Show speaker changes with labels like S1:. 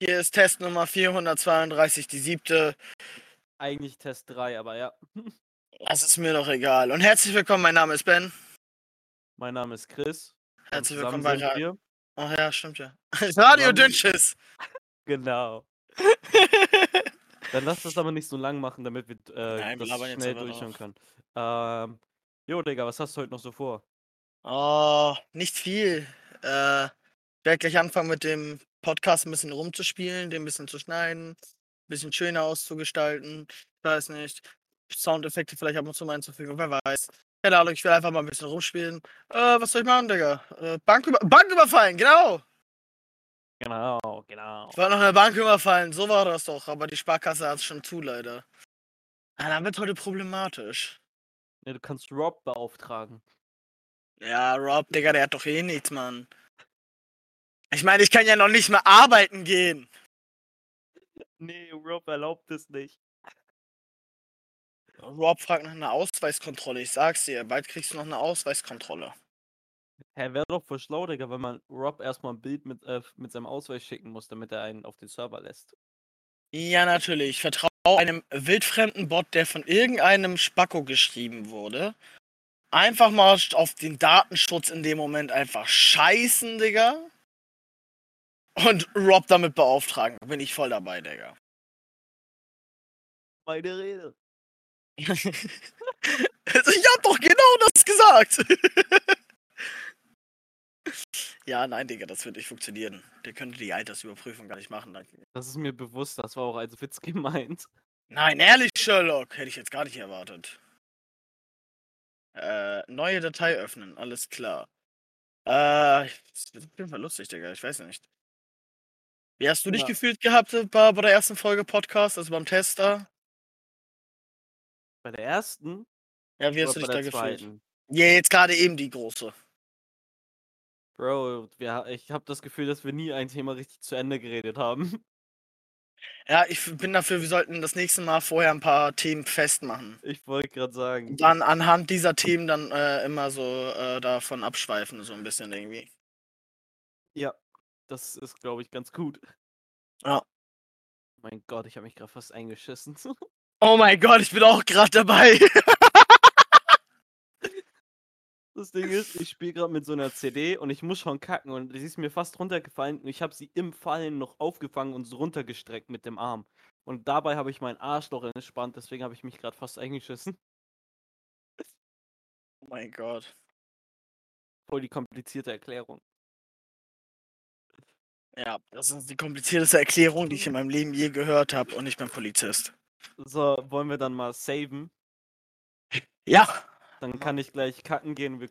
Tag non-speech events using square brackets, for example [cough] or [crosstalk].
S1: Hier ist Test Nummer 432, die siebte.
S2: Eigentlich Test 3, aber ja.
S1: Das ist mir doch egal. Und herzlich willkommen, mein Name ist Ben.
S2: Mein Name ist Chris. und
S1: Herzlich willkommen
S2: zusammen
S1: bei
S2: sind
S1: Radio.
S2: wir.
S1: Ach ja, stimmt ja. [laughs] Radio
S2: Mann.
S1: Dünnschiss.
S2: Genau. Dann lass das aber nicht so lang machen, damit wir äh,
S1: Nein, wir
S2: das
S1: labern jetzt
S2: schnell
S1: einfach
S2: durchhören
S1: drauf.
S2: können. Ähm, jo, Digga, was hast du heute noch so vor?
S1: oh, nicht viel. Äh, ich werde gleich anfangen mit dem Podcast ein bisschen rumzuspielen, den ein bisschen zu schneiden, ein bisschen schöner auszugestalten. Ich weiß nicht. Soundeffekte vielleicht ab und zu mal einzufügen, wer weiß. Keine Ahnung, ich will einfach mal ein bisschen rumspielen. Äh, was soll ich machen, Digga? Äh, Bank, über Bank überfallen, genau!
S2: Genau, genau.
S1: Ich wollte noch eine Bank überfallen, so war das doch, aber die Sparkasse hat es schon zu, leider. Ah, dann wird heute problematisch.
S2: Ja, Ne, du kannst Rob beauftragen.
S1: Ja, Rob, Digga, der hat doch eh nichts, Mann. Ich meine, ich kann ja noch nicht mal arbeiten gehen.
S2: Nee, Rob erlaubt es nicht.
S1: Rob fragt nach einer Ausweiskontrolle, ich sag's dir, bald kriegst du noch eine Ausweiskontrolle.
S2: Hä, wäre doch voll schlau, Digga, wenn man Rob erstmal ein Bild mit, äh, mit seinem Ausweis schicken muss, damit er einen auf den Server lässt.
S1: Ja, natürlich, ich vertraue einem wildfremden Bot, der von irgendeinem Spacko geschrieben wurde. Einfach mal sch- auf den Datenschutz in dem Moment einfach scheißen, Digga. Und Rob damit beauftragen. Bin ich voll dabei, Digga.
S2: Meine Rede.
S1: Also ich hab doch genau das gesagt. [laughs] ja, nein, Digga, das wird nicht funktionieren. Der könnte die Altersüberprüfung gar nicht machen. Danke.
S2: Das ist mir bewusst, das war auch als Witz [laughs] gemeint.
S1: Nein, ehrlich, Sherlock, hätte ich jetzt gar nicht erwartet. Äh, neue Datei öffnen, alles klar. Äh, das wird auf jeden Fall lustig, Digga, ich weiß nicht. Wie hast du dich
S2: Ja.
S1: gefühlt gehabt äh, bei, bei der ersten Folge Podcast, also beim Tester?
S2: Bei der ersten
S1: Ja, wie hast du
S2: oder
S1: dich
S2: bei
S1: da
S2: der
S1: gefühlt?
S2: zweiten?
S1: Ja, jetzt gerade eben die große.
S2: Bro, wir, ha- ich habe das Gefühl, dass wir nie ein Thema richtig zu Ende geredet haben. [laughs]
S1: Ja, ich f- bin dafür, wir sollten das nächste Mal vorher ein paar Themen festmachen.
S2: Ich wollte gerade sagen.
S1: Und dann anhand dieser Themen dann äh, immer so äh, davon abschweifen, so ein bisschen irgendwie.
S2: Ja, das ist, glaube ich, ganz gut.
S1: Ja.
S2: Mein Gott, ich habe mich gerade fast eingeschissen. [laughs]
S1: Oh mein Gott, ich bin auch gerade dabei. [laughs]
S2: Das Ding ist, ich spiele gerade mit so einer CD und ich muss schon kacken und sie ist mir fast runtergefallen und ich habe sie im Fallen noch aufgefangen und so runtergestreckt mit dem Arm. Und dabei habe ich meinen Arsch noch entspannt, deswegen habe ich mich gerade fast eingeschissen.
S1: Oh mein Gott.
S2: Voll die komplizierte Erklärung.
S1: Ja, das ist die komplizierteste Erklärung, die ich in meinem Leben je gehört habe und ich bin Polizist.
S2: So, wollen wir dann mal saven?
S1: Ja.
S2: Dann kann ich gleich kacken gehen. Wir